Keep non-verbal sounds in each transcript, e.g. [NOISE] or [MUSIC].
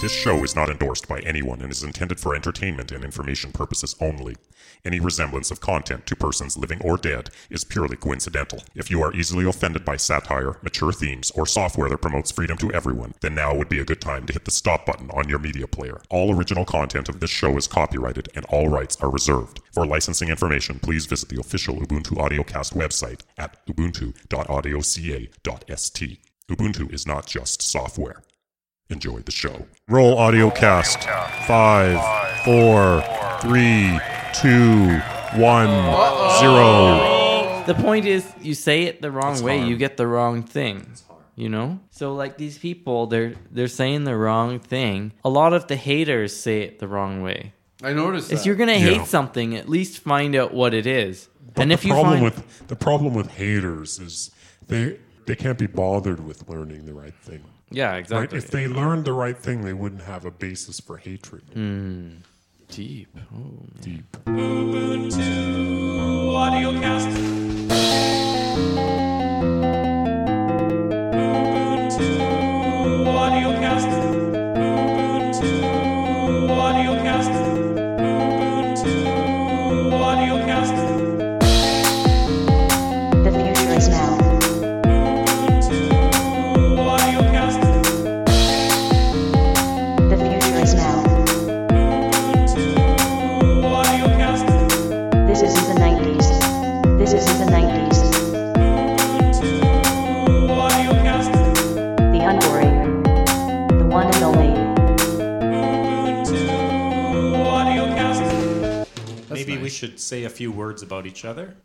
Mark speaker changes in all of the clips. Speaker 1: This show is not endorsed by anyone and is intended for entertainment and information purposes only. Any resemblance of content to persons living or dead is purely coincidental. If you are easily offended by satire, mature themes, or software that promotes freedom to everyone, then now would be a good time to hit the stop button on your media player. All original content of this show is copyrighted and all rights are reserved. For licensing information, please visit the official Ubuntu Audiocast website at ubuntu.audioca.st. Ubuntu is not just software. Enjoy the show. Roll audio cast. Five, four, three, two, one, zero.
Speaker 2: The point is, you say it the wrong way,
Speaker 1: hard.
Speaker 2: you get the wrong thing. You know, so like these people, they're they're saying the wrong thing. A lot of the haters say it the wrong way.
Speaker 3: I noticed that.
Speaker 2: If you're gonna
Speaker 1: Yeah.
Speaker 2: hate something, at least find out what it is. and
Speaker 4: the
Speaker 2: if you
Speaker 4: problem
Speaker 2: find,
Speaker 4: with the problem with haters is they they can't be bothered with learning the right thing.
Speaker 2: yeah,
Speaker 4: Right?
Speaker 2: exactly.
Speaker 4: If they learned the right thing, they wouldn't have a basis for hatred.
Speaker 2: Mm. deep. Oh.
Speaker 4: Deep.
Speaker 5: Ubuntu AudioCast. Ubuntu AudioCast. Ubuntu AudioCast. Ubuntu AudioCast.
Speaker 6: The future is now.
Speaker 5: Ubuntu AudioCast.
Speaker 6: The future is now.
Speaker 5: Ubuntu AudioCast.
Speaker 6: This is the 90s. This is the 90s.
Speaker 5: Ubuntu AudioCast.
Speaker 6: The unworried. The one and only.
Speaker 5: Ubuntu AudioCast.
Speaker 7: Maybe we should say a few words about each other.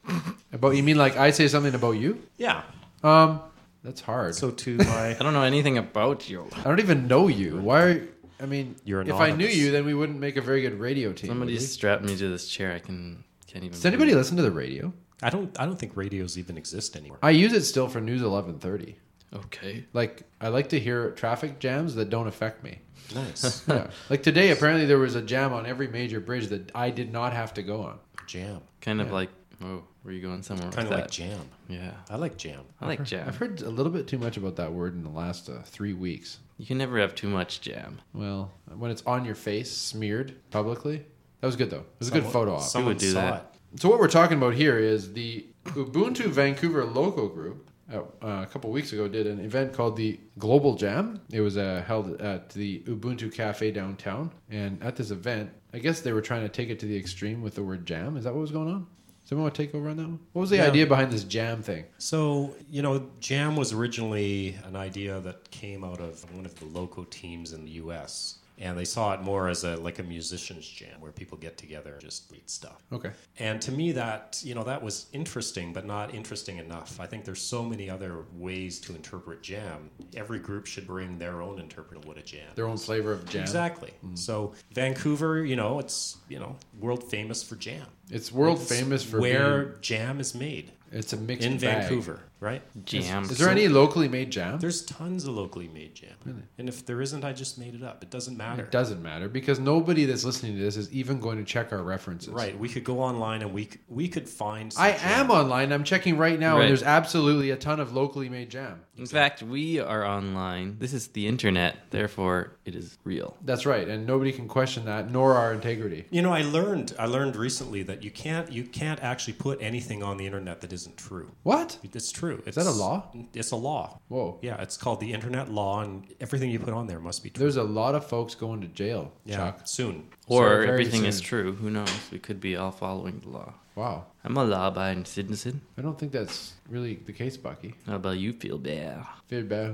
Speaker 3: about you mean like I say something about you?
Speaker 7: Yeah.
Speaker 3: Um, that's hard.
Speaker 7: So
Speaker 3: [LAUGHS]
Speaker 7: to my
Speaker 2: I don't know anything about you.
Speaker 3: I don't even know you. Why? Are, I mean,
Speaker 7: You're
Speaker 3: if I knew
Speaker 7: anonymous.
Speaker 3: you, then we wouldn't make a very good radio team.
Speaker 2: Somebody
Speaker 3: would we?
Speaker 2: strapped me to this chair. I can can't even.
Speaker 3: Does anybody listen to the radio?
Speaker 7: I don't I don't think radios even exist anymore.
Speaker 3: I use it still for news eleven thirty.
Speaker 2: Okay.
Speaker 3: Like I like to hear traffic jams that don't affect
Speaker 7: [LAUGHS]
Speaker 3: me. [LAUGHS]
Speaker 7: Nice.
Speaker 3: Yeah. like today, apparently there was a jam on every major bridge that I did not have to go on.
Speaker 7: Jam.
Speaker 2: Kind of like oh, were you going somewhere?
Speaker 7: Kind
Speaker 2: with
Speaker 7: of
Speaker 2: that?
Speaker 7: like jam.
Speaker 2: Yeah,
Speaker 7: I like jam.
Speaker 2: I like jam.
Speaker 3: I've heard a little bit too much about that word in the last uh, three weeks.
Speaker 2: You can never have too much jam.
Speaker 3: Well, when it's on your face, smeared publicly. That was good though. It was a good photo op.
Speaker 7: Someone
Speaker 2: do
Speaker 7: saw
Speaker 2: that.
Speaker 7: it.
Speaker 3: So what we're talking about here is the Ubuntu Vancouver local group. Uh, a couple weeks ago, did an event called the Global Jam. It was uh, held at the Ubuntu Cafe downtown, and at this event, I guess they were trying to take it to the extreme with the word jam. Is that what was going on? Someone want to take over on that one? What was the
Speaker 7: Yeah.
Speaker 3: idea behind this jam thing?
Speaker 7: So, you know, jam was originally an idea that came out of one of the local teams in the US. And they saw it more as a like a musicians jam where people get together and just read stuff.
Speaker 3: Okay,
Speaker 7: And to me, that you know that was interesting, but not interesting enough. I think there's so many other ways to interpret jam. Every group should bring their own interpret of what a jam.
Speaker 3: their own flavor of jam. Mm-hmm.
Speaker 7: Exactly. So Vancouver, you know, it's you know world famous for jam.
Speaker 3: It's world
Speaker 7: It's
Speaker 3: famous for
Speaker 7: where
Speaker 3: being-
Speaker 7: jam is made
Speaker 3: it's a mixed
Speaker 7: in
Speaker 3: bag.
Speaker 7: Vancouver, right?
Speaker 2: Jam.
Speaker 3: Is there any locally made jam?
Speaker 7: There's tons of locally made jam, and if there isn't, I just made it up. It doesn't matter.
Speaker 3: It doesn't matter because nobody that's listening to this is even going to check our references.
Speaker 7: Right? We could go online and we c- we could find. some
Speaker 3: I am
Speaker 7: jam.
Speaker 3: online. I'm checking right now,
Speaker 2: Right.
Speaker 3: and there's absolutely a ton of locally made jam.
Speaker 2: In fact, we are online. This is the internet, therefore it is real.
Speaker 3: That's right, and nobody can question that, nor our integrity.
Speaker 7: You know, I learned I learned recently that you can't you can't actually put anything on the internet that isn't true.
Speaker 3: What?
Speaker 7: It's true. It's,
Speaker 3: that a law?
Speaker 7: It's a law.
Speaker 3: Whoa.
Speaker 7: Yeah, it's called the internet law, and everything you put on there must be true.
Speaker 3: There's a lot of folks going to jail,
Speaker 7: yeah,
Speaker 3: Chuck.
Speaker 7: soon.
Speaker 2: Or
Speaker 3: very
Speaker 2: everything is
Speaker 3: soon.
Speaker 2: true. Who knows? We could be all following the law.
Speaker 3: Wow.
Speaker 2: I'm a law abiding citizen.
Speaker 3: I don't think that's really the case, Bucky.
Speaker 2: How about you feel bad?
Speaker 3: Very bad.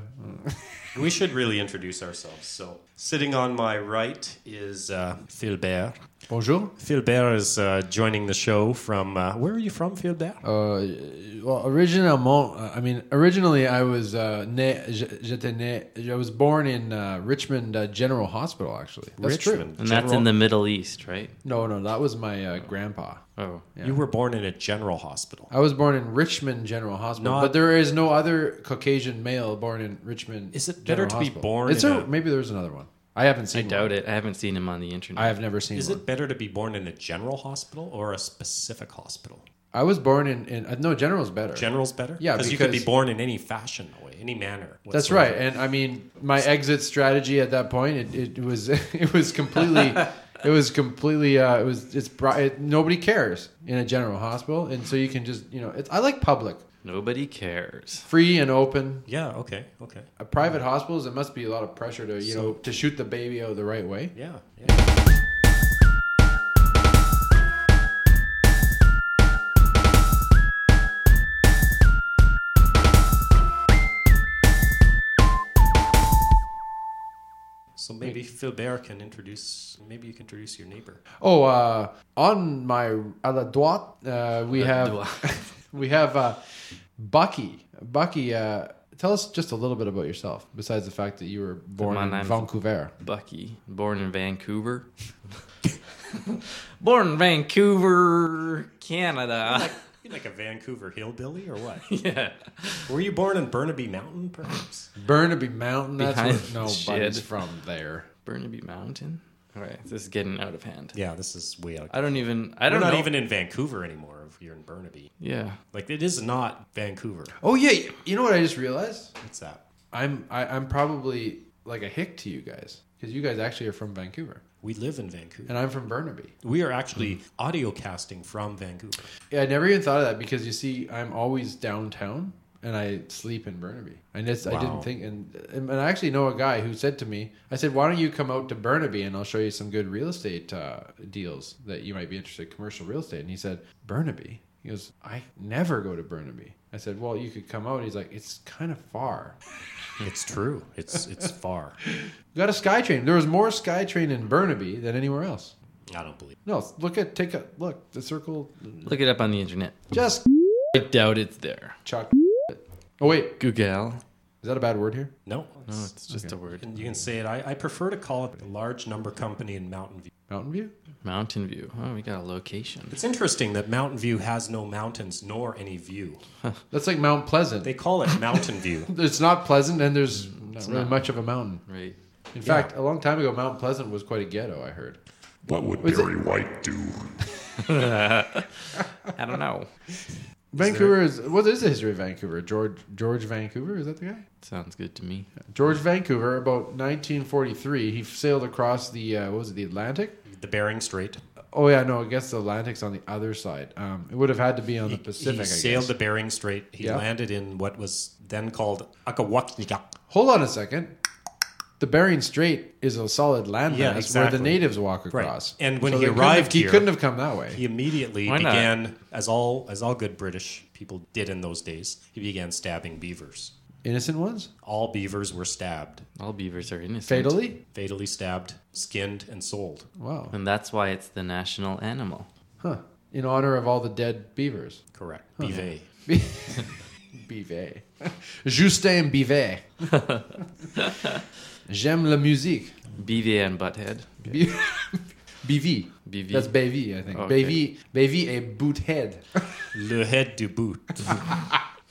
Speaker 7: We should really introduce ourselves. So, sitting on my right is uh, Philbert.
Speaker 3: Bonjour.
Speaker 7: Philbert is uh, joining the show from uh, where are you from, Philbert?
Speaker 3: Uh, well, originally, I mean, originally I was uh, né, j'étais né, I was born in uh, Richmond uh, General Hospital, actually. That's
Speaker 7: Richmond.
Speaker 3: true.
Speaker 2: And that's in the Middle East, right?
Speaker 3: No, no, that was my uh, grandpa.
Speaker 2: Oh.
Speaker 3: Yeah.
Speaker 7: You were born in a general hospital.
Speaker 3: I was born in Richmond General Hospital,
Speaker 7: Not-
Speaker 3: but there is no other Caucasian male born in Richmond.
Speaker 7: Is it better
Speaker 3: General
Speaker 7: to be
Speaker 3: Hospital.
Speaker 7: born
Speaker 3: It's
Speaker 7: in
Speaker 3: a,
Speaker 7: a-
Speaker 3: maybe there's another one. I haven't
Speaker 2: I
Speaker 3: seen.
Speaker 2: doubt
Speaker 3: one.
Speaker 2: it. I haven't seen him on the internet.
Speaker 3: I have never seen
Speaker 7: Is
Speaker 3: one.
Speaker 7: it better to be born in a general hospital or a specific hospital?
Speaker 3: I was born in, in uh, no general's better.
Speaker 7: General's better?
Speaker 3: Yeah,
Speaker 7: because you could be
Speaker 3: because-
Speaker 7: born in any fashion, that way, any manner.
Speaker 3: That's
Speaker 7: whatsoever.
Speaker 3: right. And I mean, my exit strategy at that point, it, it was [LAUGHS] it was completely
Speaker 7: [LAUGHS]
Speaker 3: it was completely uh, it was it's bri- it, nobody cares in a general hospital, and so you can just you know it's, I like public,
Speaker 2: Nobody cares.
Speaker 3: free and open.
Speaker 7: Yeah, okay, okay.
Speaker 3: Uh, private hospitals, it must be a lot of pressure to you know to shoot the baby out the right way.
Speaker 7: Yeah, yeah. So maybe Philbert can introduce. Maybe you can introduce your neighbor.
Speaker 3: Oh, uh, on my à la droite, uh, we have [LAUGHS] we have uh, Bucky. Bucky, uh, tell us just a little bit about yourself. Besides the fact that you were born
Speaker 2: My
Speaker 3: in
Speaker 2: name's-
Speaker 3: Vancouver.
Speaker 2: Bucky, born in Vancouver. [LAUGHS] born in Vancouver, Canada.
Speaker 7: You like a Vancouver hillbilly or what?
Speaker 2: yeah.
Speaker 7: Were you born in Burnaby Mountain, perhaps?
Speaker 3: Burnaby Mountain. That's
Speaker 2: Behind
Speaker 3: where
Speaker 2: the shed.
Speaker 3: nobody's from there.
Speaker 2: Burnaby Mountain. All right, this is getting out of hand.
Speaker 7: yeah, this is way out.
Speaker 2: I don't even. I
Speaker 7: We're
Speaker 2: don't
Speaker 7: not
Speaker 2: know.
Speaker 7: even in Vancouver anymore. If you're in Burnaby,
Speaker 2: Yeah.
Speaker 7: like it is not Vancouver.
Speaker 3: Oh yeah, you know what I just realized?
Speaker 7: What's that?
Speaker 3: I'm I, I'm probably like a hick to you guys because you guys actually are from Vancouver
Speaker 7: We live in Vancouver.
Speaker 3: and I'm from Burnaby.
Speaker 7: We are actually audio casting from Vancouver.
Speaker 3: Yeah, I never even thought of that because you see, I'm always downtown and I sleep in Burnaby. And it's, I
Speaker 7: Wow.
Speaker 3: didn't think, and, and I actually know a guy who said to me, I said, why don't you come out to Burnaby and I'll show you some good real estate uh, deals that you might be interested commercial real estate. And he said, Burnaby? He goes, I never go to Burnaby. I said, well, you could come out. He's like, it's kind of far.
Speaker 2: Hmm.
Speaker 7: It's true. It's it's far.
Speaker 3: You got a SkyTrain. There was more SkyTrain in Burnaby than anywhere else.
Speaker 7: I don't believe.
Speaker 3: No, look at, take a look, the circle,
Speaker 2: Look it up on the internet.
Speaker 3: just
Speaker 2: I doubt it's there.
Speaker 3: chuck. Oh, wait,
Speaker 2: Google.
Speaker 3: is that a bad word here?
Speaker 7: It. No,
Speaker 2: No, it's just a word.
Speaker 7: And you can say it. I, I prefer to call it a large number company in Mountain View.
Speaker 3: Mountain View?
Speaker 2: Mountain View. Oh, we got a location.
Speaker 7: It's interesting that Mountain View has no mountains nor any view.
Speaker 3: That's like Mount Pleasant.
Speaker 7: They call it Mountain View. [LAUGHS]
Speaker 3: it's not pleasant, and there's not really much of a mountain.
Speaker 2: Right.
Speaker 3: In fact, a long time ago, Mount Pleasant was quite a ghetto. I heard.
Speaker 1: What would
Speaker 3: Was it-
Speaker 1: Barry White do?
Speaker 2: I don't know. [LAUGHS]
Speaker 3: Vancouver is what is the history of Vancouver? George George Vancouver is that the guy?
Speaker 2: Sounds good to me.
Speaker 3: George Vancouver, about 1943, he sailed across the uh, what was it, the Atlantic?
Speaker 7: The Bering Strait.
Speaker 3: Oh yeah, no, I guess the Atlantic's on the other side. Um, it would have had to be on the Pacific.
Speaker 7: he
Speaker 3: I
Speaker 7: sailed
Speaker 3: guess.
Speaker 7: the Bering Strait. He
Speaker 3: Yeah.
Speaker 7: landed in what was then called Akawaknika.
Speaker 3: Hold on a second. The Bering Strait is a solid landmass
Speaker 7: Yeah,
Speaker 3: where
Speaker 7: exactly.
Speaker 3: the natives walk
Speaker 7: Right.
Speaker 3: across.
Speaker 7: And when he
Speaker 3: they couldn't have-
Speaker 7: arrived
Speaker 3: he
Speaker 7: here-
Speaker 3: couldn't have come that way.
Speaker 7: He immediately
Speaker 2: Why not?
Speaker 7: began, as all as all good British people did in those days, he began stabbing beavers.
Speaker 3: Innocent ones,
Speaker 7: All beavers were stabbed,
Speaker 2: All beavers are innocent.
Speaker 3: fatally.
Speaker 7: fatally stabbed, skinned, and sold.
Speaker 3: Wow.
Speaker 2: And that's why it's the national animal.
Speaker 3: Huh. In honor of all the dead [LAUGHS] beavers.
Speaker 7: Correct. Bivet.
Speaker 3: Bivet. Justin [LAUGHS] Bivet. J'aime la musique.
Speaker 2: BV and Butthead.
Speaker 3: B- [LAUGHS] BV.
Speaker 2: BV.
Speaker 3: That's BV, I think.
Speaker 2: Okay.
Speaker 3: BV. BV a boothead.
Speaker 7: Le head de boot.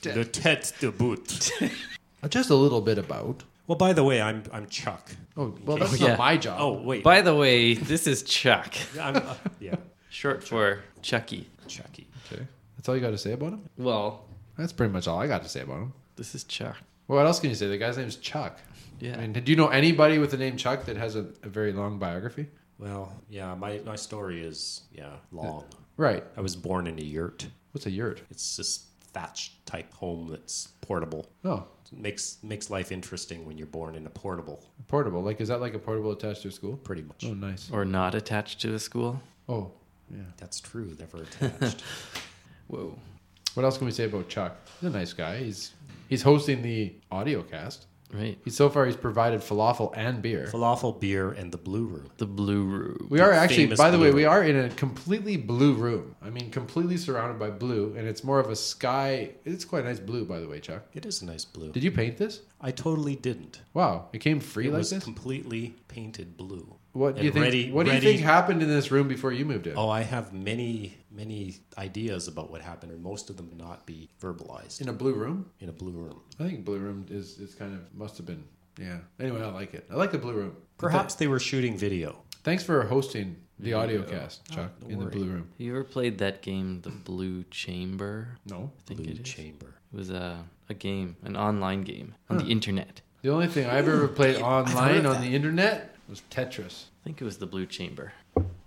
Speaker 7: Le tête de boot.
Speaker 3: [LAUGHS] Just a little bit about.
Speaker 7: Well, by the way, I'm I'm Chuck.
Speaker 3: Oh, well, that's
Speaker 2: yeah.
Speaker 3: not my job.
Speaker 7: Oh wait.
Speaker 2: By the way, this is Chuck.
Speaker 7: I'm, uh, yeah,
Speaker 2: Short for Chucky.
Speaker 7: Chucky.
Speaker 3: Okay. That's all you got to say about him?
Speaker 2: Well,
Speaker 3: That's pretty much all I got to say about him.
Speaker 2: this is Chuck.
Speaker 3: Well, what else can you say? The guy's name's Chuck.
Speaker 2: Yeah.
Speaker 3: I mean, do you know anybody with the name Chuck that has a, a very long biography?
Speaker 7: Well, yeah, my my story is yeah long.
Speaker 3: Right.
Speaker 7: I was born in a yurt.
Speaker 3: What's a yurt?
Speaker 7: It's this thatch type home that's portable.
Speaker 3: Oh,
Speaker 7: It makes makes life interesting when you're born in a portable,
Speaker 3: portable. Like, is that like a portable attached to a school?
Speaker 7: pretty much.
Speaker 3: Oh, nice.
Speaker 2: or not attached to a school.
Speaker 3: Oh, yeah.
Speaker 7: That's true. Never attached. [LAUGHS]
Speaker 2: Whoa.
Speaker 3: What else can we say about Chuck? He's a nice guy. He's he's hosting the audio cast.
Speaker 2: Right.
Speaker 3: He's so far he's provided falafel and beer.
Speaker 7: Falafel beer and the blue room.
Speaker 2: The blue room.
Speaker 3: We are actually,
Speaker 7: famous
Speaker 3: by the way,
Speaker 7: blue
Speaker 3: we
Speaker 7: room.
Speaker 3: are in a completely blue room. I mean, completely surrounded by blue, and it's more of a sky. It's quite a nice blue, by the way, Chuck.
Speaker 7: It is a nice blue.
Speaker 3: Did you paint this?
Speaker 7: I totally didn't.
Speaker 3: Wow, it came free
Speaker 7: it
Speaker 3: like
Speaker 7: was
Speaker 3: this.
Speaker 7: completely painted blue.
Speaker 3: What do
Speaker 7: and
Speaker 3: you think?
Speaker 7: ready-
Speaker 3: what do
Speaker 7: ready-
Speaker 3: you think happened in this room before you moved in?
Speaker 7: Oh, I have many, many ideas about what happened, and most of them not be verbalized
Speaker 3: In a blue room?
Speaker 7: in a blue room.
Speaker 3: I think blue room is is kind of must have been. Yeah. Anyway, I like it. I like the blue room.
Speaker 7: Perhaps they were shooting video.
Speaker 3: Thanks for hosting The audio cast, Chuck,
Speaker 7: don't
Speaker 3: in the
Speaker 7: worry.
Speaker 3: blue room.
Speaker 2: Have you ever played that game, The Blue Chamber?
Speaker 3: No.
Speaker 2: I think
Speaker 7: Blue
Speaker 2: it is.
Speaker 7: Chamber.
Speaker 2: It was a, a game, an online game on the internet.
Speaker 3: The only thing I've [LAUGHS] ever played online on the internet was Tetris.
Speaker 2: I think it was the Blue Chamber.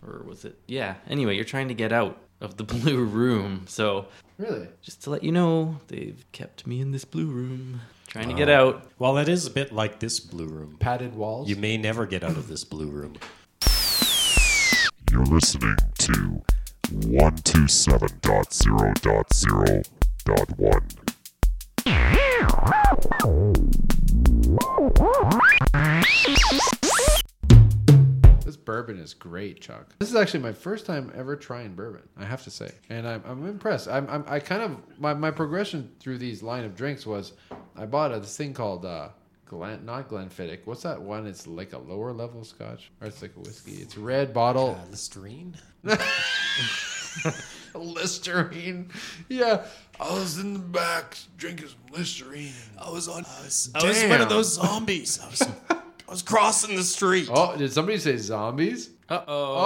Speaker 2: Or was it? Yeah. Anyway, you're trying to get out of the [LAUGHS] blue room. So,
Speaker 3: Really?
Speaker 2: just to let you know, they've kept me in this blue room. Trying to get out.
Speaker 7: Well, that is a bit like this blue room.
Speaker 3: Padded walls?
Speaker 7: You may never get out of this blue room.
Speaker 1: You're listening to 127.0.0.1.
Speaker 3: This bourbon is great, Chuck. This is actually my first time ever trying bourbon, I have to say. And I'm, I'm impressed. I'm, I'm, I kind of, my, my progression through these line of drinks was I bought a, this thing called, uh, Glen, not Glenfiddich. What's that one? It's like a lower level scotch, or it's like a whiskey. It's a red bottle.
Speaker 7: Uh, Listerine?
Speaker 3: Listerine. Yeah. I was in the back drinking some Listerine.
Speaker 7: I was on. I was,
Speaker 3: I was one of those
Speaker 7: zombies. I was, I was crossing the street.
Speaker 3: Oh, did somebody say zombies? Uh oh. Uh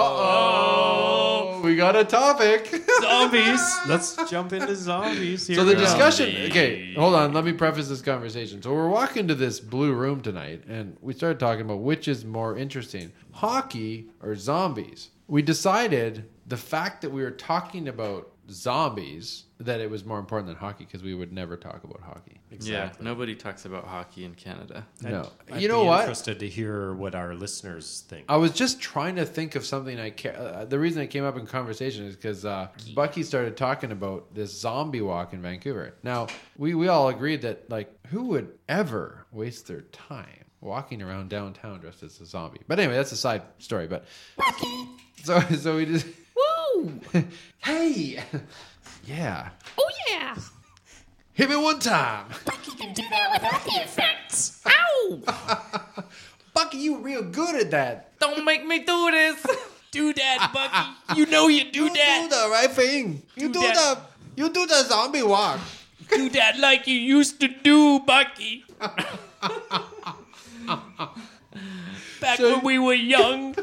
Speaker 3: oh. We got a topic.
Speaker 7: Zombies. Let's jump into zombies here.
Speaker 3: So the discussion. Okay, hold on. Let me preface this conversation. So we're walking to this blue room tonight, and we started talking about which is more interesting, hockey or zombies. We decided the fact that we were talking about zombies that it was more important than hockey because we would never talk about hockey.
Speaker 2: Yeah. Nobody talks about hockey in Canada.
Speaker 3: No,
Speaker 7: I'd
Speaker 3: you know
Speaker 7: be
Speaker 3: what? Oh.
Speaker 7: Interested to hear what our listeners think.
Speaker 3: I was just trying to think of something I care. Uh, the reason it came up in conversation is because uh, Bucky started talking about this zombie walk in Vancouver. Now we we all agreed that like who would ever waste their time walking around downtown dressed as a zombie? But anyway, that's a side story. But so [LAUGHS] so we just woo [LAUGHS] hey [LAUGHS] yeah
Speaker 8: Oh yeah!
Speaker 3: hit me one time.
Speaker 8: You can do that without the effects! Ow!
Speaker 3: Bucky, you real good at that.
Speaker 2: Don't make me do this.
Speaker 5: [LAUGHS]
Speaker 2: Ah,
Speaker 5: Do that, Bucky. You know you do
Speaker 3: You do the right thing. You do the
Speaker 5: that.
Speaker 3: you do the zombie walk.
Speaker 5: Do that like you used to
Speaker 2: [LAUGHS]
Speaker 5: do, Bucky. Back when we were young.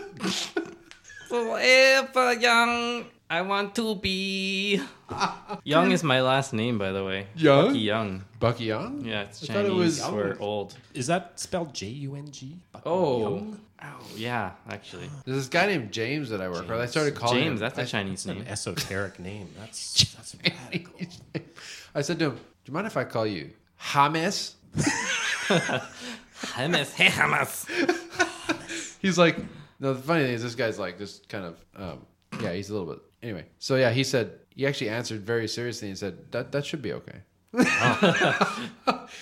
Speaker 2: Forever uh, young. I want to be. [LAUGHS] Young is my last name, by the way.
Speaker 3: Young?
Speaker 2: Bucky Young.
Speaker 3: Bucky Young?
Speaker 2: Yeah, it's
Speaker 3: I thought it
Speaker 2: Chinese
Speaker 3: was-
Speaker 2: for old.
Speaker 7: Is that spelled J U N G?
Speaker 2: Oh. Oh, yeah, actually.
Speaker 3: There's this guy named James that I work with. I started calling him.
Speaker 2: James, that's a
Speaker 3: I-
Speaker 2: [LAUGHS] Chinese name.
Speaker 7: Esoteric name. That's that's radical.
Speaker 3: [LAUGHS] I said to him, "Do you mind if I call you Hamas?"
Speaker 2: [LAUGHS] Hummus, hey, hummus.
Speaker 3: He's like, "No." The funny thing is, this guy's like, just kind of, um, yeah, he's a little bit. Anyway, so yeah, he said he actually answered very seriously and said that that should be okay.
Speaker 2: I,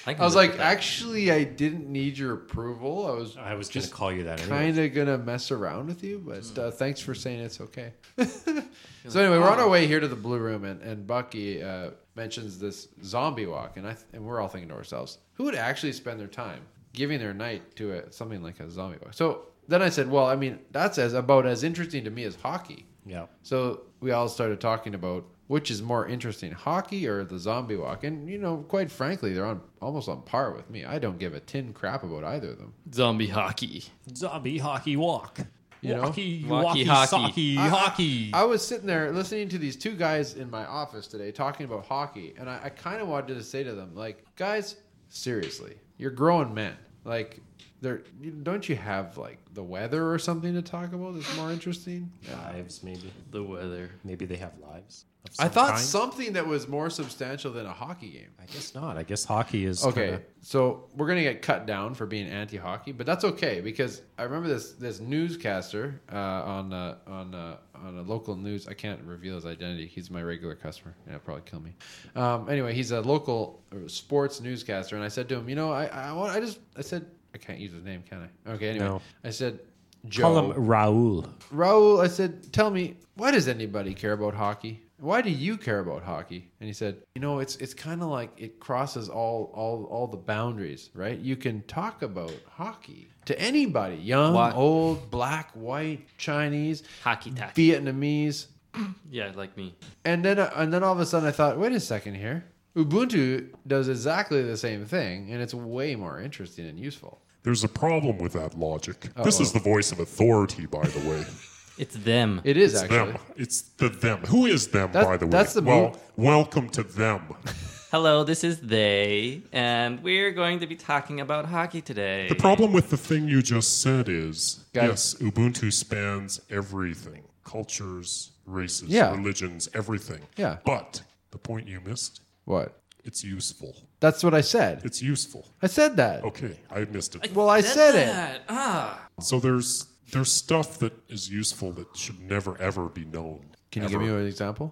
Speaker 2: can
Speaker 3: I
Speaker 2: live
Speaker 3: was like,
Speaker 2: with that.
Speaker 3: actually, I didn't need your approval. I was
Speaker 7: I was just call you that. Anyway.
Speaker 3: kind of gonna mess around with you, but uh, thanks for saying it's okay. [LAUGHS] so anyway, we're on our way here to the blue room, and, and Bucky uh, mentions this zombie walk, and I th- and we're all thinking to ourselves, who would actually spend their time giving their night to a, something like a zombie walk? So then I said, well, I mean, that's as about as interesting to me as hockey.
Speaker 7: Yeah.
Speaker 3: So we all started talking about which is more interesting, hockey or the zombie walk, and you know, quite frankly, they're on almost on par with me. I don't give a tin crap about either of them.
Speaker 2: zombie hockey.
Speaker 7: Zombie hockey walk.
Speaker 3: You know?
Speaker 7: walkie,
Speaker 2: Walkie
Speaker 7: walkie,
Speaker 2: hockey.
Speaker 7: socky, hockey.
Speaker 3: I was sitting there listening to these two guys in my office today talking about hockey, and I, I kind of wanted to say to them, like, guys, seriously, you're growing men. Like, there, you- don't you have like the weather or something to talk about that's more interesting?
Speaker 7: lives, maybe.
Speaker 2: The weather.
Speaker 7: Maybe they have lives. of
Speaker 3: I
Speaker 7: some
Speaker 3: thought
Speaker 7: kind.
Speaker 3: something that was more substantial than a hockey game.
Speaker 7: I guess not. I guess hockey is
Speaker 3: Okay,
Speaker 7: kinda-
Speaker 3: so we're gonna get cut down for being anti-hockey, but that's okay because I remember this this newscaster uh, on uh, on uh, on a local news. I can't reveal his identity. He's my regular customer, and he'll probably kill me. Um, anyway, he's a local uh, sports newscaster, and I said to him, you know, I I, want, I just I said I can't use his name, can I? Okay, anyway,
Speaker 7: No.
Speaker 3: I said. Joe,
Speaker 7: Call him Raul.
Speaker 3: Raul, I said, tell me, why does anybody care about hockey? Why do you care about hockey? And he said, you know, it's it's kind of like it crosses all all all the boundaries, right? You can talk about hockey to anybody, young,
Speaker 2: Why-
Speaker 3: old, black, white, Chinese,
Speaker 2: Hockey tack.
Speaker 3: Vietnamese,
Speaker 2: yeah, like me.
Speaker 3: and then uh, and then all of a sudden I thought, wait a second here, Ubuntu does exactly the same thing, and it's way more interesting and useful. [LAUGHS]
Speaker 1: There's a problem with that logic. This is the voice of authority, by the way.
Speaker 2: It's them.
Speaker 3: It is
Speaker 4: It's
Speaker 3: actually.
Speaker 4: them. It's the them. Who is them,
Speaker 3: That's-
Speaker 4: by the way?
Speaker 3: that's the
Speaker 4: well,
Speaker 3: mo-
Speaker 4: welcome to them.
Speaker 2: Hello, this is they, and we're going to be talking about hockey today.
Speaker 4: The problem with the thing you just said is
Speaker 3: Guys.
Speaker 4: yes, Ubuntu spans everything cultures, races,
Speaker 3: Yeah.
Speaker 4: religions, everything.
Speaker 3: Yeah.
Speaker 4: But the point you missed,
Speaker 3: What?
Speaker 4: it's useful.
Speaker 3: That's what I said.
Speaker 4: It's Oh. useful.
Speaker 3: I said that.
Speaker 4: Okay, I missed it.
Speaker 3: Well, I said it.
Speaker 2: That, ah.
Speaker 4: So there's there's stuff that is useful that should never ever be known.
Speaker 3: Can you give me an example?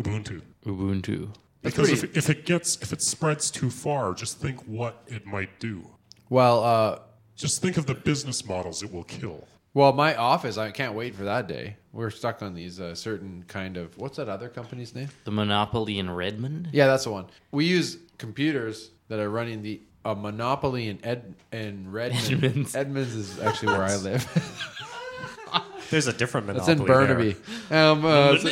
Speaker 4: Ubuntu?
Speaker 2: Ubuntu.
Speaker 4: Because if, if it gets if it spreads too far, just think what it might do.
Speaker 3: Well, uh,
Speaker 4: Just think of the business models it will kill.
Speaker 3: well, my office. I can't wait for that day. We're stuck on these uh, certain kind of. What's that other company's name?
Speaker 2: The Monopoly in Redmond?
Speaker 3: Yeah, that's the one. We use computers that are running the a monopoly in Ed in Redmond.
Speaker 2: Edmonds.
Speaker 3: Edmonds, is actually where I [LAUGHS] live.
Speaker 7: There's a different
Speaker 3: it's
Speaker 7: monopoly.
Speaker 3: in Burnaby. Um, uh, so,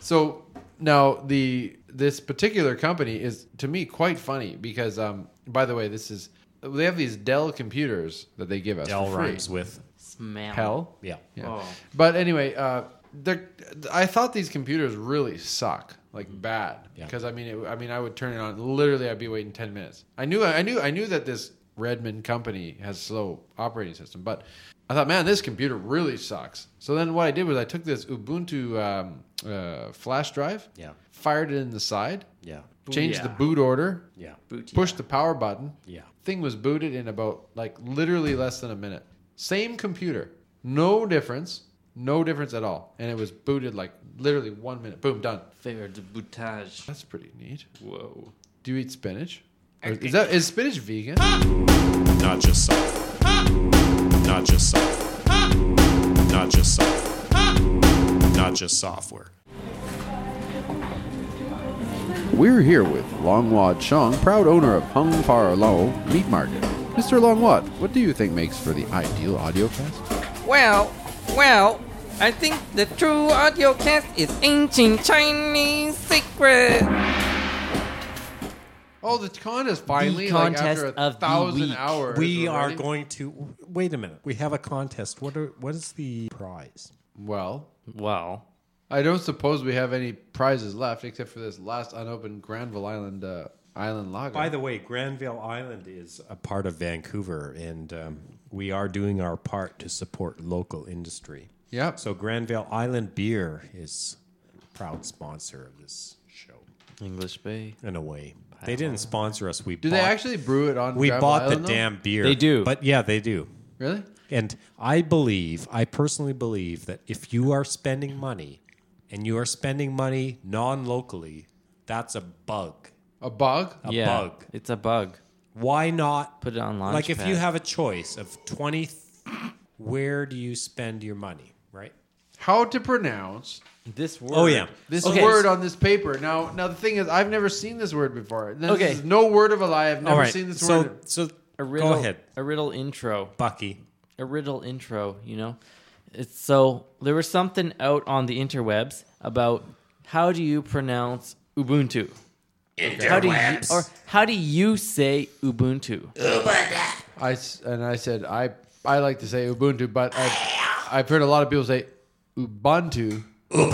Speaker 3: so now the this particular company is to me quite funny because um by the way this is they have these Dell computers that they give us
Speaker 7: There. Dell
Speaker 3: for free.
Speaker 7: rhymes with
Speaker 2: Smell.
Speaker 3: Hell.
Speaker 7: yeah.
Speaker 3: Yeah.
Speaker 2: Oh.
Speaker 3: But anyway, uh, they're- I thought these computers really suck, like bad.
Speaker 7: Mm. Yeah.
Speaker 3: Because I mean, it, I mean, I would turn it on. Literally, I'd be waiting ten minutes. I knew, I knew, I knew that this Redmond company has slow operating system, but I thought, man, this computer really sucks. So then what I did was I took this Ubuntu um, uh, flash drive,
Speaker 7: Yeah.
Speaker 3: fired it in the side,
Speaker 7: Yeah.
Speaker 3: changed the
Speaker 2: Booyah.
Speaker 3: boot order,
Speaker 7: Yeah.
Speaker 3: pushed the power button.
Speaker 7: Yeah.
Speaker 3: Thing was booted in about like literally less than a minute. Same computer. No difference. No difference at all. And it was booted like literally one minute. Boom, done.
Speaker 2: Fair de boutage.
Speaker 3: That's pretty neat.
Speaker 2: Whoa.
Speaker 3: Do you eat spinach? Or is that is spinach vegan?
Speaker 7: Not just soft. Not just soft. Not just soft. Not just software.
Speaker 3: We're here with Long Wad Chong, proud owner of Hung Par Lo Meat Market. Mr. Long Wad, what do you think makes for the ideal audio cast?
Speaker 9: Well, well, I think the true audio cast is ancient Chinese secret.
Speaker 3: Oh, the contest finally
Speaker 2: The
Speaker 3: like
Speaker 2: contest
Speaker 3: after a
Speaker 2: of the
Speaker 3: thousand
Speaker 2: week.
Speaker 3: hours.
Speaker 7: We are
Speaker 3: already-
Speaker 7: going to wait a minute. We have a contest. What are, what is the prize?
Speaker 3: Well,
Speaker 2: Well,
Speaker 3: I don't suppose we have any prizes left except for this last unopened Granville Island uh, Island lager.
Speaker 7: By the way, Granville Island is a part of Vancouver, and um, we are doing our part to support local industry.
Speaker 3: yep.
Speaker 7: So Granville Island Beer is a proud sponsor of this show.
Speaker 2: English Bay.
Speaker 7: In a way, they didn't sponsor us. We
Speaker 3: do they actually brew it on?
Speaker 7: We
Speaker 3: Granville
Speaker 7: bought
Speaker 3: Island,
Speaker 7: the
Speaker 3: though?
Speaker 7: damn beer.
Speaker 2: They do.
Speaker 7: but yeah, they do.
Speaker 3: Really?
Speaker 7: And I believe, I personally believe that if you are spending money, and you are spending money non-locally, that's a bug.
Speaker 3: A bug?
Speaker 7: A
Speaker 2: yeah.
Speaker 7: bug.
Speaker 2: It's a bug.
Speaker 7: Why not
Speaker 2: Put it on launch
Speaker 7: like if you have a choice of 20 th- where do you spend your money right
Speaker 3: How to pronounce
Speaker 2: this word.
Speaker 7: oh yeah
Speaker 3: this
Speaker 2: Okay.
Speaker 3: word on this paper? Now, now the thing is, I've never seen this word before. This
Speaker 2: Okay.
Speaker 3: is no word of a lie. I've
Speaker 7: all
Speaker 3: never
Speaker 7: right
Speaker 3: seen this
Speaker 7: so
Speaker 3: word.
Speaker 7: so
Speaker 2: A riddle,
Speaker 7: go ahead
Speaker 2: A riddle intro.
Speaker 7: bucky
Speaker 2: A riddle intro, you know? It's so there was something out on the interwebs about how do you pronounce Ubuntu? How do you, or how do you say Ubuntu?
Speaker 3: I s- and I said I I like to say Ubuntu, but I've, I've heard a lot of people say Ubuntu, or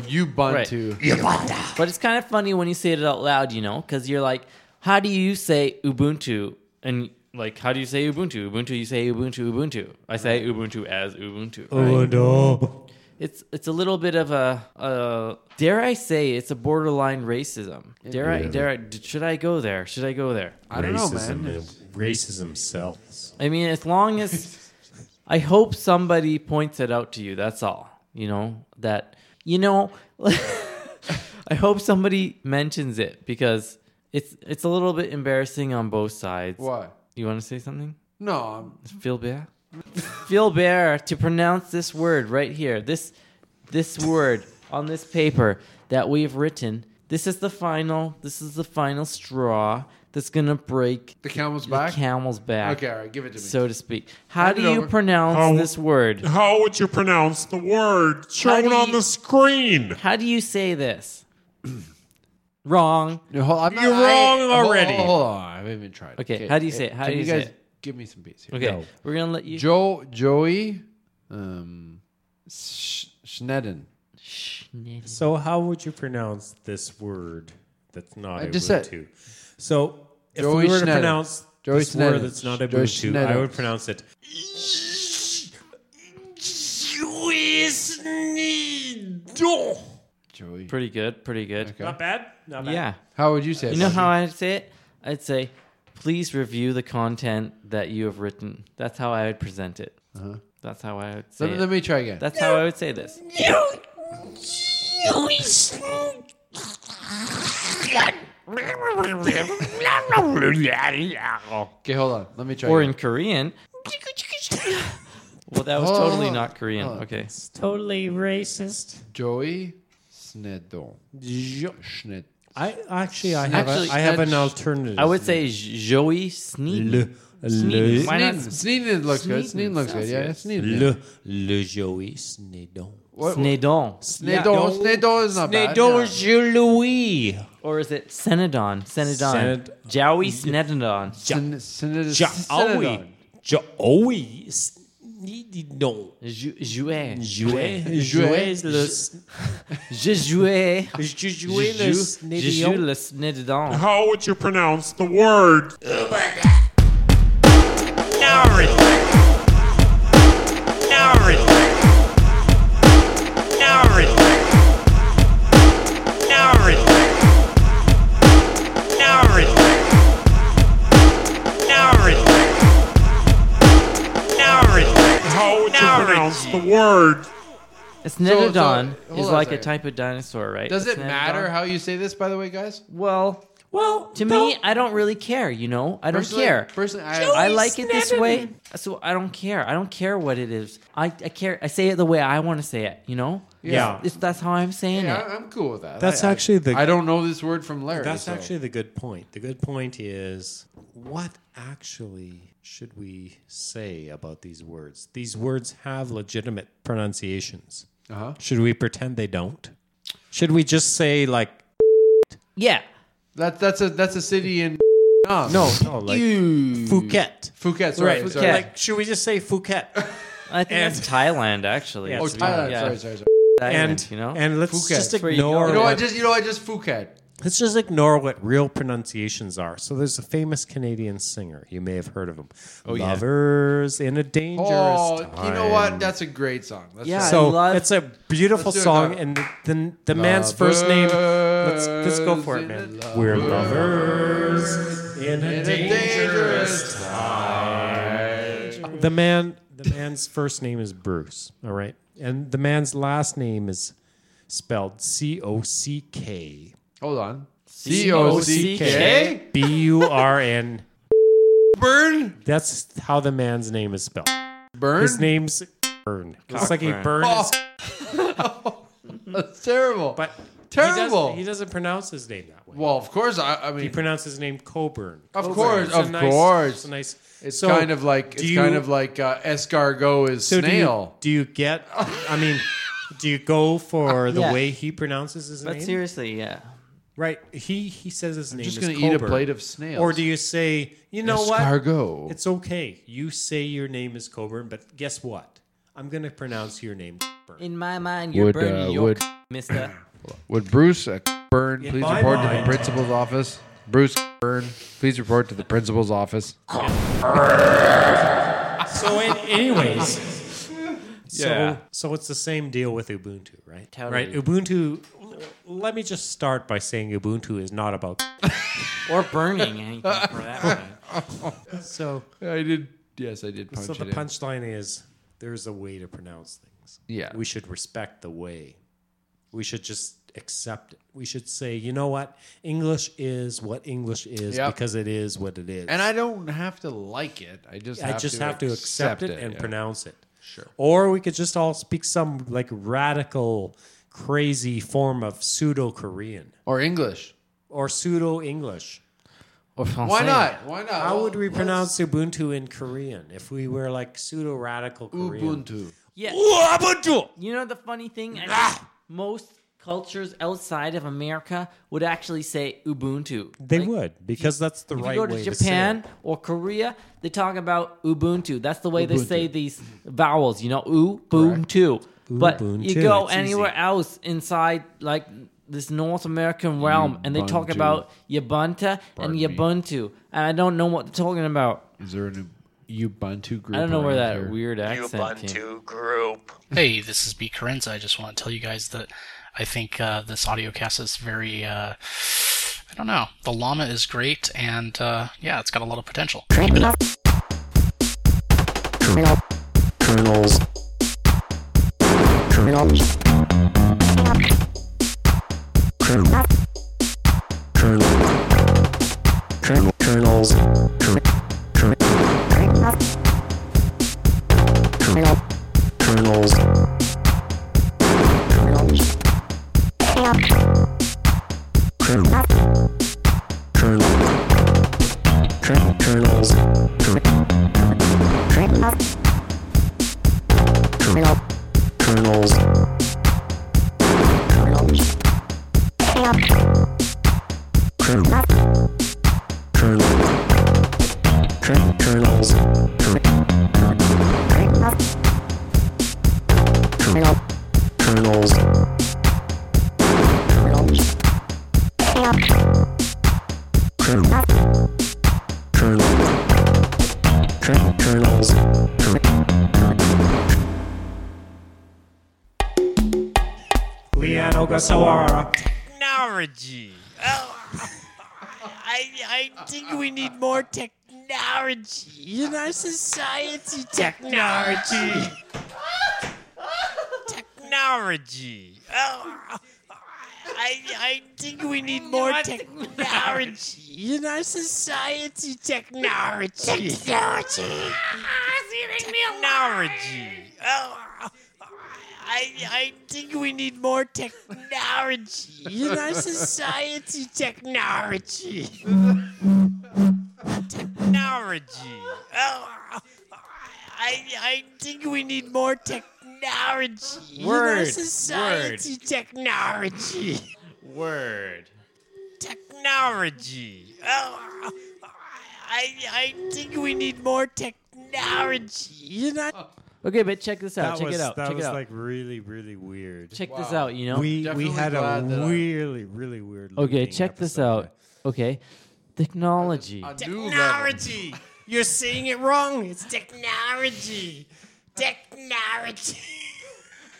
Speaker 3: Ubuntu.
Speaker 2: But it's kind of funny when you say it out loud, you know, because you're like, how do you say Ubuntu? And like, how do you say Ubuntu? Ubuntu, you say Ubuntu, Ubuntu. I say Ubuntu as Ubuntu. right?
Speaker 7: no
Speaker 2: It's it's a little bit of a, a dare I say it's a borderline racism. Dare I dare I, d- should I go there? Should I go there?
Speaker 3: I don't know,
Speaker 7: racism
Speaker 3: Oh, man.
Speaker 7: racism sells
Speaker 2: I mean, as long
Speaker 3: [LAUGHS]
Speaker 2: as I hope somebody points it out to you. That's all. You know that. You know, [LAUGHS] I hope somebody mentions it because it's it's a little bit embarrassing on both sides.
Speaker 3: What?
Speaker 2: You want to say something?
Speaker 3: No, I'm-
Speaker 2: Phil Bear. Phil Bear to pronounce this word right here. This this word on this paper that we've written. This is the final. This is the final straw that's gonna break
Speaker 3: the camel's
Speaker 2: the
Speaker 3: back.
Speaker 2: camel's back
Speaker 3: Okay, all right, give it to me.
Speaker 2: so to speak. How
Speaker 3: Hand
Speaker 2: do
Speaker 3: it
Speaker 2: you
Speaker 3: over.
Speaker 2: pronounce
Speaker 4: How-
Speaker 2: this word?
Speaker 4: How would you pronounce the word
Speaker 2: How do
Speaker 4: shown
Speaker 2: you-
Speaker 4: on the screen?
Speaker 2: How do you say [CLEARS THROAT] this? Wrong.
Speaker 3: No, hold- I'm not-
Speaker 7: You're
Speaker 3: I-
Speaker 7: wrong
Speaker 3: hold-
Speaker 7: already.
Speaker 3: Hold, on, I haven't even tried.
Speaker 2: Okay, how do you say it? How
Speaker 3: Can
Speaker 2: do you
Speaker 3: you
Speaker 2: say
Speaker 3: guys
Speaker 2: it?
Speaker 3: give me some beats here?
Speaker 2: Okay, we're gonna let you.
Speaker 3: Joe, Joey, um, Sh- Schnedden.
Speaker 7: So how would you pronounce this word that's not
Speaker 3: I
Speaker 7: Ubuntu?
Speaker 3: just said-
Speaker 7: So if
Speaker 3: Joey
Speaker 7: we were to
Speaker 3: Schneider.
Speaker 7: pronounce
Speaker 3: Joey
Speaker 7: this
Speaker 3: Schneider.
Speaker 7: word that's not
Speaker 3: Joey
Speaker 7: Ubuntu, I
Speaker 3: Schneider.
Speaker 7: would pronounce it.
Speaker 3: Joey.
Speaker 2: Pretty good. Pretty good.
Speaker 7: Not bad. Not bad.
Speaker 2: Yeah.
Speaker 3: How would you say it?
Speaker 2: You know
Speaker 3: Roger?
Speaker 2: how I'd say it? I'd say, please review the content that you have written. That's how I would present it. That's how I would say
Speaker 3: let,
Speaker 2: it.
Speaker 3: let me try again.
Speaker 2: That's how I would say this.
Speaker 3: okay, hold on. Let me try
Speaker 2: Or in
Speaker 3: again.
Speaker 2: Korean. Well, that was
Speaker 3: Oh,
Speaker 2: totally
Speaker 3: oh,
Speaker 2: not Korean.
Speaker 3: oh.
Speaker 2: Okay.
Speaker 7: Totally racist.
Speaker 3: Joey Schnedden. Schned.
Speaker 7: I actually I have
Speaker 2: Actually,
Speaker 7: a, I have an
Speaker 3: that's-
Speaker 7: alternative.
Speaker 2: I would say Joey Sneed.
Speaker 7: le le
Speaker 2: Why not?
Speaker 3: Sneden looks good.
Speaker 2: Sneeden
Speaker 3: Sneden looks good.
Speaker 2: sounds
Speaker 3: Yeah,
Speaker 2: good.
Speaker 3: Sneden.
Speaker 7: le le Joey Snedon.
Speaker 3: What-
Speaker 2: Snedon.
Speaker 3: Snedon. Snedon is not bad.
Speaker 7: Snedon
Speaker 3: yeah.
Speaker 7: Jules Louis.
Speaker 2: Or is it Senadon? Senadon.
Speaker 7: Senad-
Speaker 2: Joey Senadon.
Speaker 3: Sn- Sned-
Speaker 7: Joey
Speaker 3: Snedon.
Speaker 7: Joey Snedon.
Speaker 2: Ju- Jouet.
Speaker 7: Jouer,
Speaker 3: Jouer.
Speaker 7: jouer le, s-
Speaker 2: Je jouais.
Speaker 7: je jouais
Speaker 2: Je je
Speaker 7: le
Speaker 2: joue
Speaker 7: snédion.
Speaker 2: le Snedon.
Speaker 3: Uh-huh.
Speaker 4: How would you pronounce the word? How would you pronounce the word?
Speaker 2: A Snedodon
Speaker 3: hold
Speaker 2: is
Speaker 3: on a
Speaker 2: like a,
Speaker 3: second.
Speaker 2: type of dinosaur, right?
Speaker 3: Does
Speaker 2: A
Speaker 3: it matter
Speaker 2: Cynodon-
Speaker 3: how you say this, by the way, guys?
Speaker 2: Well, well, to me, I don't really care. You know, I don't
Speaker 3: Personally-
Speaker 2: care.
Speaker 3: Personally, I,
Speaker 2: I like it this way, so I don't care. I don't care what it is. I, I care. I say it the way I want to say it. You know,
Speaker 7: Yeah.
Speaker 2: it's, that's how I'm saying
Speaker 3: Yeah,
Speaker 2: it.
Speaker 3: I- I'm cool with that.
Speaker 7: That's
Speaker 3: I- I-
Speaker 7: actually the-
Speaker 3: I don't know this word from Larry.
Speaker 7: That's
Speaker 3: so-
Speaker 7: actually the good point. The good point is what actually should we say about these words? These words have legitimate pronunciations.
Speaker 3: Uh-huh.
Speaker 7: Should we pretend they don't? Should we just say like
Speaker 2: Yeah,
Speaker 3: That, that's a that's a city in [LAUGHS]
Speaker 7: no, [LAUGHS] no, like Phuket?
Speaker 3: Phuket. Sorry,
Speaker 7: Right,
Speaker 3: sorry.
Speaker 2: Phuket.
Speaker 7: Like should we just say Phuket?
Speaker 2: I think
Speaker 7: And-
Speaker 2: that's Thailand actually.
Speaker 7: Yeah,
Speaker 3: Oh,
Speaker 7: it's
Speaker 3: Thailand.
Speaker 2: Yeah.
Speaker 3: Sorry, sorry, sorry.
Speaker 2: Thailand,
Speaker 7: and
Speaker 2: you know,
Speaker 7: and let's
Speaker 3: Phuket.
Speaker 7: just
Speaker 3: That's
Speaker 2: where you go.
Speaker 7: ignore
Speaker 3: You know, I
Speaker 7: what-
Speaker 3: just you know, I just Phuket.
Speaker 7: Let's just ignore what real pronunciations are. So there's a famous Canadian singer. You may have heard of him. Lovers in a dangerous
Speaker 3: Oh,
Speaker 7: time.
Speaker 3: you know what? That's a great song. Let's
Speaker 2: Yeah.
Speaker 3: try it.
Speaker 7: so
Speaker 2: I love-
Speaker 7: it's a beautiful
Speaker 3: Let's do it
Speaker 7: song,
Speaker 3: now.
Speaker 7: and the the, the man's first name. Let's let's go for it,
Speaker 3: Lovers in
Speaker 7: man.
Speaker 3: a
Speaker 7: We're lovers in a
Speaker 3: It's a dangerous.
Speaker 7: The man, the man's first name is Bruce. All right, and the man's last name is spelled C O C K
Speaker 3: Hold on. C O C K.
Speaker 2: C-O-C-K?
Speaker 7: B U R N.
Speaker 3: Burn.
Speaker 7: That's how the man's name is spelled.
Speaker 3: Burn.
Speaker 7: His name's Burn. It's like he
Speaker 2: Cockburn.
Speaker 7: burned.
Speaker 3: Oh.
Speaker 7: his-
Speaker 3: That's terrible.
Speaker 7: but
Speaker 3: Terrible.
Speaker 7: He doesn't, he doesn't pronounce his name that way.
Speaker 3: well, of course. I, I
Speaker 7: He
Speaker 3: mean,
Speaker 7: pronounced his name Coburn.
Speaker 3: Of
Speaker 7: Coburn.
Speaker 3: course,
Speaker 7: It's a
Speaker 3: of
Speaker 7: nice-
Speaker 3: course.
Speaker 7: It's a nice.
Speaker 3: it's
Speaker 7: so
Speaker 3: kind of like
Speaker 7: do
Speaker 3: it's
Speaker 7: you-
Speaker 3: kind of like uh, escargot is
Speaker 7: so
Speaker 3: snail.
Speaker 7: Do you, do you get? I mean, do you
Speaker 2: [LAUGHS]
Speaker 7: go for the
Speaker 2: Yeah.
Speaker 7: way he pronounces his
Speaker 2: But
Speaker 7: name?
Speaker 2: seriously, yeah.
Speaker 7: Right. He he says his name.
Speaker 3: just
Speaker 7: is
Speaker 3: gonna eat a
Speaker 7: Coburn.
Speaker 3: plate of snails.
Speaker 7: Or do you say, you know what?
Speaker 3: escargot.
Speaker 7: It's okay. You say your name is Coburn, but guess what? I'm gonna pronounce your name. Coburn.
Speaker 2: In my mind, you're
Speaker 3: Would,
Speaker 2: Bernie,
Speaker 3: uh,
Speaker 2: you're
Speaker 3: would-
Speaker 2: c- [LAUGHS] Mister.
Speaker 3: Would Bruce uh, Byrne please
Speaker 7: my
Speaker 3: report to the
Speaker 7: mind.
Speaker 3: principal's office? Bruce Byrne, please report to the principal's office.
Speaker 7: So, an- [LAUGHS] anyways, so so it's the same deal with Ubuntu, right?
Speaker 2: Totally.
Speaker 7: Right. Ubuntu. l- Let me just start by saying Ubuntu is not about.
Speaker 2: or burning. eh, anything for that one.
Speaker 7: So,
Speaker 3: I did. Yes, I did punch
Speaker 7: so the
Speaker 3: it in.
Speaker 7: punchline is there's a way to pronounce things.
Speaker 3: Yeah.
Speaker 7: We should respect the way. We should just accept it. We should say, you know what, English is what English is
Speaker 3: Yep.
Speaker 7: because it is what it is.
Speaker 3: and I don't have to like it. I just
Speaker 7: I
Speaker 3: have
Speaker 7: just
Speaker 3: to
Speaker 7: have to accept it, and
Speaker 3: yeah.
Speaker 7: pronounce it.
Speaker 3: Sure.
Speaker 7: Or we could just all speak some like radical, crazy form of pseudo Korean
Speaker 3: or English.
Speaker 7: or pseudo English.
Speaker 2: Or
Speaker 3: Why
Speaker 2: français.
Speaker 3: not? Why not?
Speaker 7: How would we pronounce Ubuntu in Korean if we were like pseudo radical Korean?
Speaker 3: Ubuntu?
Speaker 2: Yeah.
Speaker 7: Ubuntu.
Speaker 2: You know the funny thing? I
Speaker 3: Ah!
Speaker 2: think most cultures outside of America would actually say Ubuntu.
Speaker 7: They
Speaker 2: Like,
Speaker 7: would because that's the
Speaker 2: If
Speaker 7: right
Speaker 2: you go
Speaker 7: way
Speaker 2: to
Speaker 7: to say
Speaker 2: Japan or Korea, they talk about Ubuntu. That's the way they say these vowels. You know, Ubuntu. But
Speaker 10: Ubuntu,
Speaker 2: you go
Speaker 10: it's
Speaker 2: anywhere else inside like this North American realm, and they talk
Speaker 3: Ubuntu.
Speaker 2: about Ubuntu and
Speaker 3: Pardon me.
Speaker 2: Ubuntu, and I don't know what they're talking about.
Speaker 3: Is there an Ubuntu group?
Speaker 2: I don't know where
Speaker 3: around
Speaker 2: that
Speaker 3: here?
Speaker 2: weird accent came.
Speaker 11: group. Hey, this is B. Carenza. I just want to tell you guys that I think uh, this audio cast is very, uh, I don't know. The llama is great, and uh, yeah, it's got a lot of potential.
Speaker 6: Colonel. Colonels. Colonels. Colonel. Colonel. Colonel. Colonels. Colonel. Colonel. Colonels. Colonels. Colonel. Colonel. Colonel. Colonels. Colonel. Colonel. Colonels. Colonels. Colonel. Colonel. Colonel. Colonels. Colonel. Colonel. Colonels. Colonels. Colonel. Colonel. Colonel. Colonels. Colonel.
Speaker 5: Leanne Ogasawara.
Speaker 7: Technology. Oh, I, I think we need more technology in our society. Technology. technology. Oh, I, I think we need more technology in our society. Technology.
Speaker 6: Technology.
Speaker 7: Technology. Oh, I, I think we need more technology in our society. Technology. Technology. Oh, I, I think we need more technology in our
Speaker 12: Word,
Speaker 7: society. Technology.
Speaker 13: Word.
Speaker 7: Technology. Oh, I, I think we need more technology in our.
Speaker 2: Okay, but check this
Speaker 13: That
Speaker 2: out. Oh, check
Speaker 13: was-
Speaker 2: it out.
Speaker 13: that
Speaker 2: check
Speaker 13: was
Speaker 2: it out.
Speaker 13: like really, really weird.
Speaker 2: Check this Wow. out, you know?
Speaker 13: we
Speaker 2: Definitely
Speaker 13: we had a
Speaker 2: glad that I-
Speaker 13: really, really weird.
Speaker 2: okay,
Speaker 13: looking
Speaker 2: check this out. Okay, technology.
Speaker 7: Technology. You're saying it wrong. It's technology. Technology.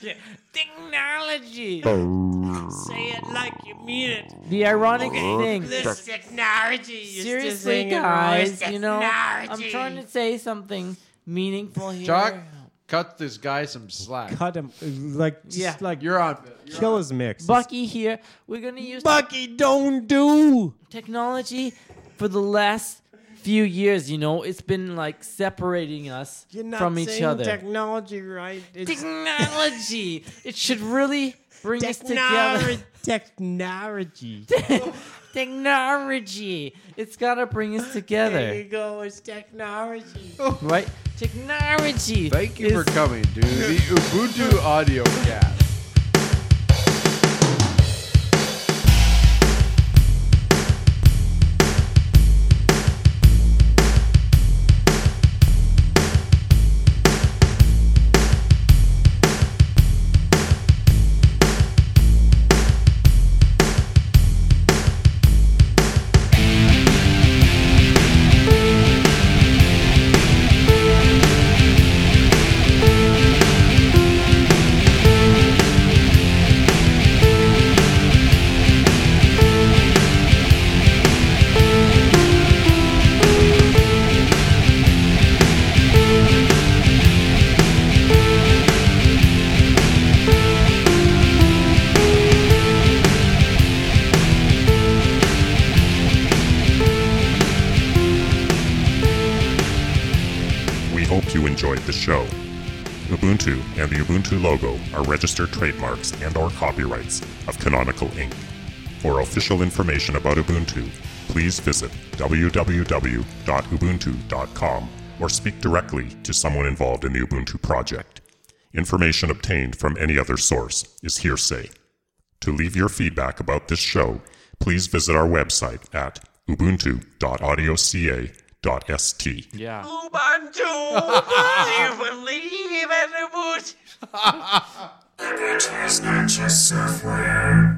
Speaker 2: [LAUGHS]
Speaker 7: Technology. Say it like you mean it.
Speaker 2: The ironic
Speaker 7: Okay,
Speaker 2: thing.
Speaker 7: This technology. You're still
Speaker 2: Seriously,
Speaker 7: saying it wrong. It's
Speaker 2: guys, you know, I'm
Speaker 7: technology.
Speaker 2: trying to say something meaningful here.
Speaker 3: Chuck, cut this guy some slack.
Speaker 10: Cut him. Like, just
Speaker 2: Yeah.
Speaker 10: like,
Speaker 3: you're on.
Speaker 10: kill his mix.
Speaker 2: Bucky here. We're gonna use
Speaker 7: Bucky. Don't do.
Speaker 2: technology for the last few years. You know, it's been like separating us from each other.
Speaker 10: Technology, right?
Speaker 2: technology. it should really bring us
Speaker 7: Technolo-
Speaker 2: together. [LAUGHS]
Speaker 7: Technology.
Speaker 2: technology. It's gotta bring us
Speaker 7: There you
Speaker 2: together,
Speaker 7: go. It's technology.
Speaker 2: right? Technology.
Speaker 3: Thank you for coming, dude. The Ubuntu audio cast.
Speaker 1: We hope you enjoyed the show. Ubuntu and the Ubuntu logo are registered trademarks and or copyrights of Canonical Inc. For official information about Ubuntu, please visit www.ubuntu.com or speak directly to someone involved in the Ubuntu project. Information obtained from any other source is hearsay. To leave your feedback about this show, please visit our website at ubuntu.audioca.st.
Speaker 2: Yeah.
Speaker 3: [LAUGHS]
Speaker 7: Ubuntu. Do you believe in Ubuntu?
Speaker 1: Language is not just software.